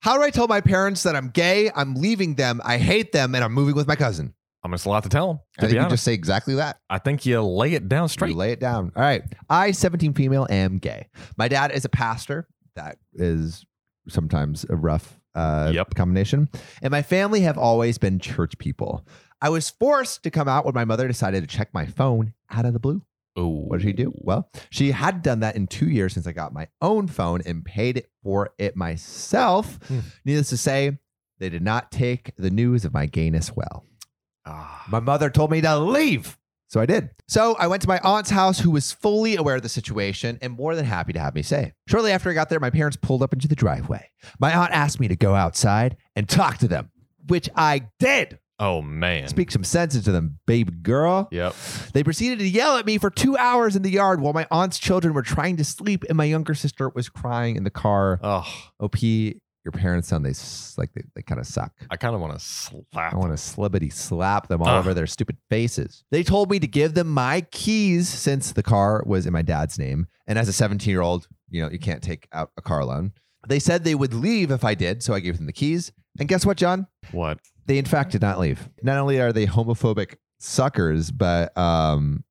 How do I tell my parents that I'm gay? I'm leaving them. I hate them, and I'm moving with my cousin. I mean, it's a lot to tell them. I think you just say exactly that. I think you lay it down You straight. lay it down. All right. I, 17 female, am gay. My dad is a pastor. That is sometimes a rough uh, Yep. combination. And my family have always been church people. I was forced to come out when my mother decided to check my phone out of the blue. Ooh. What did she do? Well, she had done that in two years since I got my own phone and paid it for it myself. Hmm. Needless to say, they did not take the news of my gayness well. Ah. My mother told me to leave. So I did. So I went to my aunt's house, who was fully aware of the situation and more than happy to have me stay. Shortly after I got there, my parents pulled up into the driveway. My aunt asked me to go outside and talk to them, which I did. oh man. Speak some sense into them, baby girl. Yep. They proceeded to yell at me for two hours in the yard while my aunt's children were trying to sleep and my younger sister was crying in the car. Oh, OP, your parents sound they s- like they, they kind of suck. I kind of want to slap. I want to slibbity slap them all Ugh. over their stupid faces. They told me to give them my keys since the car was in my dad's name. And as a 17 year old, you know, you can't take out a car loan. They said they would leave if I did. So I gave them the keys. And guess what, John? what? They, in fact, did not leave. Not only are they homophobic suckers, but um,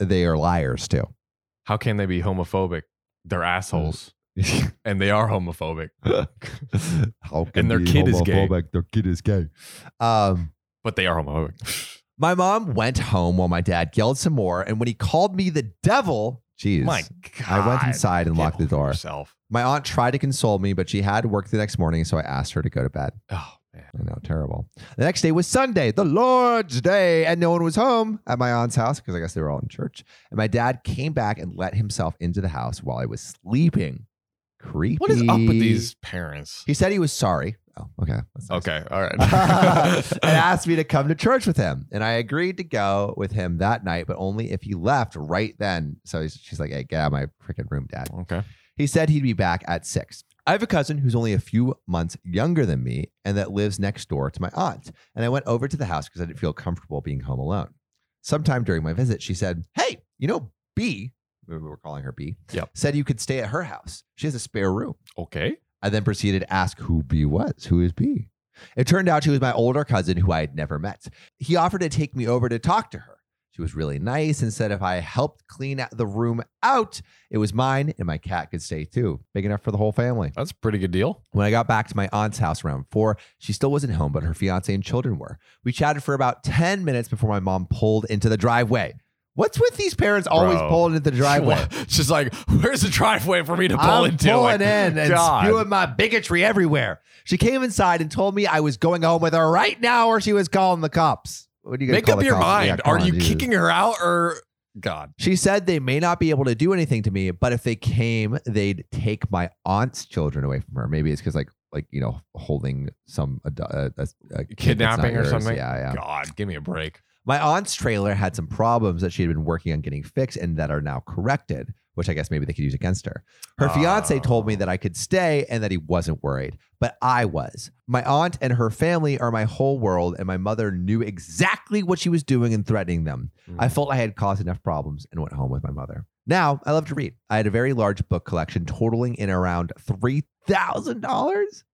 they are liars too. How can they be homophobic? They're assholes, and they are homophobic. How can And their you kid is gay. homophobic? Their kid is gay. Um, But they are homophobic. My mom went home while my dad yelled some more, and when he called me the devil, jeez, My God. I went inside and Get locked the over door. Yourself. My aunt tried to console me, but she had work the next morning, so I asked her to go to bed. Oh man. I know, terrible. The next day was Sunday, the Lord's day, and no one was home at my aunt's house because I guess they were all in church. And my dad came back and let himself into the house while I was sleeping. Creepy. What is up with these parents? He said he was sorry. Oh, okay. That's nice. Okay. All and right. asked me to come to church with him. And I agreed to go with him that night, but only if he left right then. So he's, she's like, hey, get out of my freaking room, dad. okay. He said he'd be back at six. I have a cousin who's only a few months younger than me and that lives next door to my aunt. And I went over to the house because I didn't feel comfortable being home alone. Sometime during my visit, she said, Hey, you know, B, we were calling her B, Yep. said you could stay at her house. She has a spare room. Okay. I then proceeded to ask who B was. Who is B? It turned out she was my older cousin who I had never met. He offered to take me over to talk to her. She was really nice and said if I helped clean the room out, it was mine and my cat could stay too. Big enough for the whole family. That's a pretty good deal. When I got back to my aunt's house around four, she still wasn't home, but her fiance and children were. We chatted for about 10 minutes before my mom pulled into the driveway. What's with these parents always Bro. pulling into the driveway? She's like, where's the driveway for me to pull I'm into? pulling Like, in and God. spewing my bigotry everywhere. She came inside and told me I was going home with her right now, or she was calling the cops. What are you gonna Make call up the your cops? mind. Yeah, come Are on, you Jesus. kicking her out or God? She said they may not be able to do anything to me, but if they came, they'd take my aunt's children away from her. Maybe it's because like like you know holding some adu- uh, uh, a kid that's Kidnapping not or yours. something? Yeah, yeah. God, give me a break. My aunt's trailer had some problems that she had been working on getting fixed and that are now corrected, which I guess maybe they could use against her. Her fiance told me Oh. that I could stay and that he wasn't worried, but I was. My aunt and her family are my whole world, and my mother knew exactly what she was doing and threatening them. I Mm. felt I had caused enough problems and went home with my mother. Now, I love to read. I had a very large book collection totaling in around $3,000.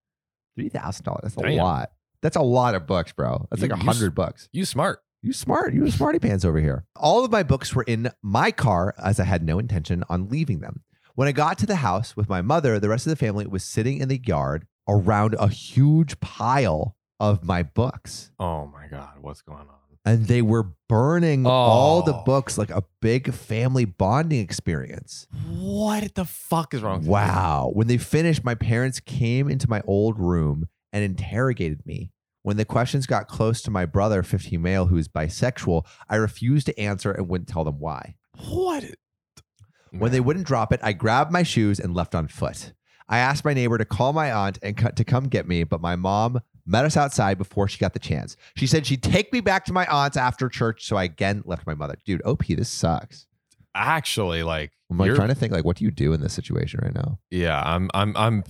$3,000. That's a Damn. lot. That's a lot of books, bro. That's You- like a you s- 100 bucks. You smart. You smart. You a smarty pants over here. All of my books were in my car as I had no intention on leaving them. When I got to the house with my mother, the rest of the family was sitting in the yard around a huge pile of my books. Oh my God, what's going on? And they were burning all the Oh. books like a big family bonding experience. What the fuck is wrong? with you? Wow. When they finished, my parents came into my old room and interrogated me. When the questions got close to my brother, 15 male, who is bisexual, I refused to answer and wouldn't tell them why. What? When they wouldn't drop it, I grabbed my shoes and left on foot. I asked my neighbor to call my aunt and co- to come get me, but my mom met us outside before she got the chance. She said she'd take me back to my aunt's after church, so I again left my mother. Dude, OP, this sucks. actually like I'm like you're- trying to think like what do you do in this situation right now? yeah i'm i'm i'm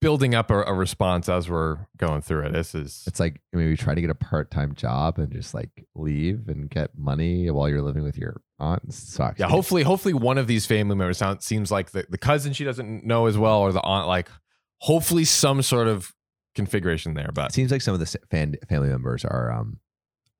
building up a, a response as we're going through it this is It's like maybe try to get a part-time job and just like leave and get money while you're living with your aunt. It sucks. yeah dude. hopefully hopefully one of these family members sound, seems like the, the cousin she doesn't know as well or the aunt like hopefully some sort of configuration there, It but seems like some of the s- fan, family members are um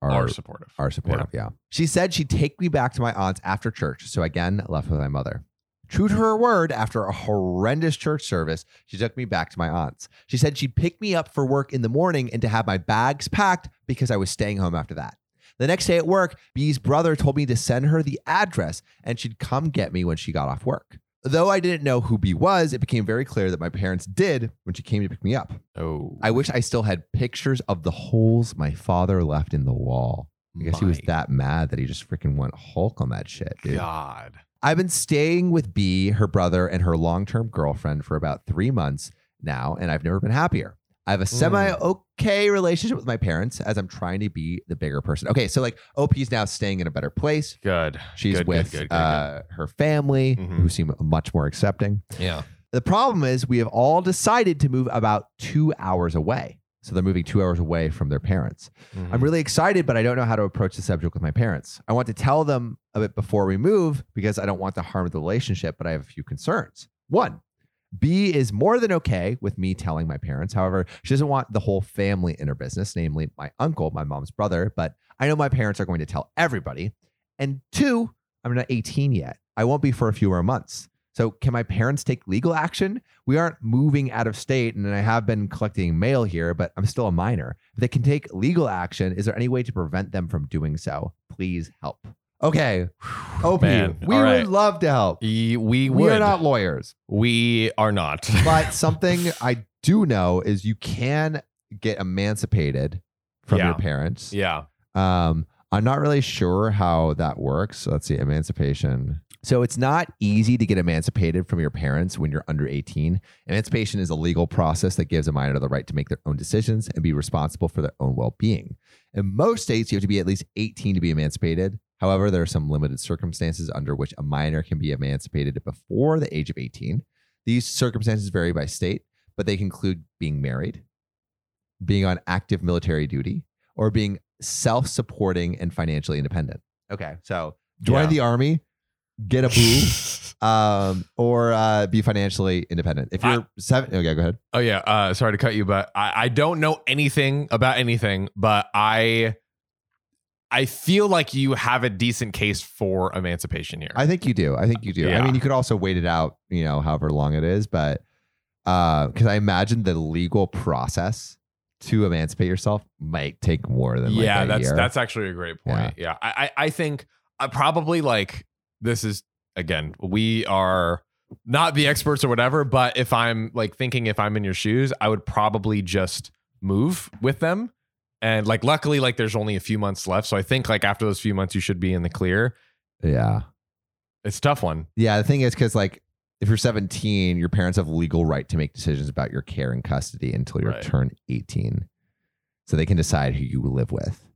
are are are, supportive. supportive. Yeah. She said she'd take me back to my aunt's after church, so again left with my mother. True to her word, after a horrendous church service, she took me back to my aunt's. She said she'd pick me up for work in the morning and to have my bags packed because I was staying home after that. The next day at work, B's brother told me to send her the address and she'd come get me when she got off work. Though I didn't know who B was, it became very clear that my parents did when she came to pick me up. Oh, I wish I still had pictures of the holes my father left in the wall. I guess he was my that mad that he just freaking went Hulk on that shit, dude. God. I've been staying with B, her brother, and her long term girlfriend for about three months now, and I've never been happier. I have a Mm. semi okay relationship with my parents as I'm trying to be the bigger person. Okay, so like OP's now staying in a better place. Good. She's Good, good, with good, good, good. uh, her family, Mhm. who seem much more accepting. Yeah. The problem is we have all decided to move about two hours away. So they're moving two hours away from their parents. Mm-hmm. I'm really excited, but I don't know how to approach the subject with my parents. I want to tell them of it before we move because I don't want to harm the relationship, but I have a few concerns. One, B is more than okay with me telling my parents. However, she doesn't want the whole family in her business, namely my uncle, my mom's brother, but I know my parents are going to tell everybody. And two, I'm not 18 yet. I won't be for a few more months. So, can my parents take legal action? We aren't moving out of state, and I have been collecting mail here, but I'm still a minor. If they can take legal action, is there any way to prevent them from doing so? Please help. Okay. OP, Man, we all right. would love to help. E- we We would. are not lawyers, We are not. but something I do know is you can get emancipated from Yeah. your parents. yeah. Um, I'm not really sure how that works. So let's see, emancipation. So it's not easy to get emancipated from your parents when you're under 18. Emancipation is a legal process that gives a minor the right to make their own decisions and be responsible for their own well-being. In most states, you have to be at least 18 to be emancipated. However, there are some limited circumstances under which a minor can be emancipated before the age of 18. These circumstances vary by state, but they can include being married, being on active military duty, or being self supporting and financially independent. Okay. So join Yeah. the army, get a boo, um, or uh, be financially independent. If you're seven, okay, go ahead. Oh yeah, uh, sorry to cut you, but I, I don't know anything about anything, but I I feel like you have a decent case for emancipation here. I think you do. I think you do. I Yeah. mean, you could also wait it out, you know, however long it is, but because I imagine the legal process to emancipate yourself might take more than like yeah, a that's year. that's actually a great point. Yeah, I, I I think I probably like this is again we are not the experts or whatever, but if I'm like thinking if I'm in your shoes, I would probably just move with them. And like luckily, like there's only a few months left, so I think like after those few months, you should be in the clear. yeah. It's a tough one. Yeah, the thing is, because like if you're 17, your parents have legal right to make decisions about your care and custody until you Right. turn 18, so they can decide who you live with.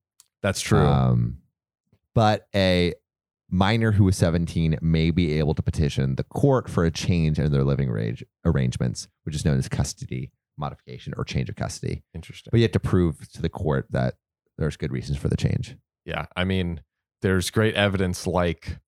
That's true. Um, but a minor who is 17 may be able to petition the court for a change in their living arrange- arrangements, which is known as custody modification or change of custody. Interesting. But you have to prove to the court that there's good reasons for the change. yeah, I mean, there's great evidence like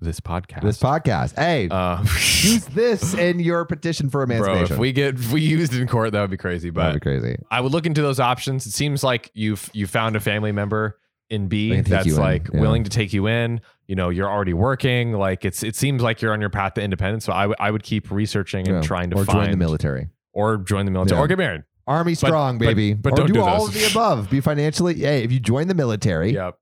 this podcast. This podcast, hey, Uh, use this in your petition for bro, emancipation. if we get if we used in court, that would be crazy. That'd But be crazy. I would look into those options. It seems like you've you found a family member in They B can take you that's in, like yeah. willing to take you in. You know, you're already working. Like it's it seems like you're on your path to independence. So I would I would keep researching and Yeah. trying to or find join the military. or join the military Yeah. or get married. Army strong, but- baby. but or don't do, do all of those. the above. Be financially. Hey, if you join the military, Yep,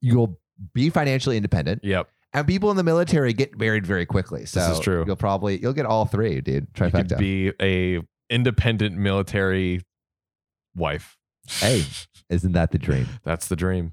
you'll be financially independent. yep. And people in the military get married very quickly. So is true. You'll probably you'll get all three, dude. You could Trifecta. be a independent military wife. Hey. Isn't that the dream? That's the dream.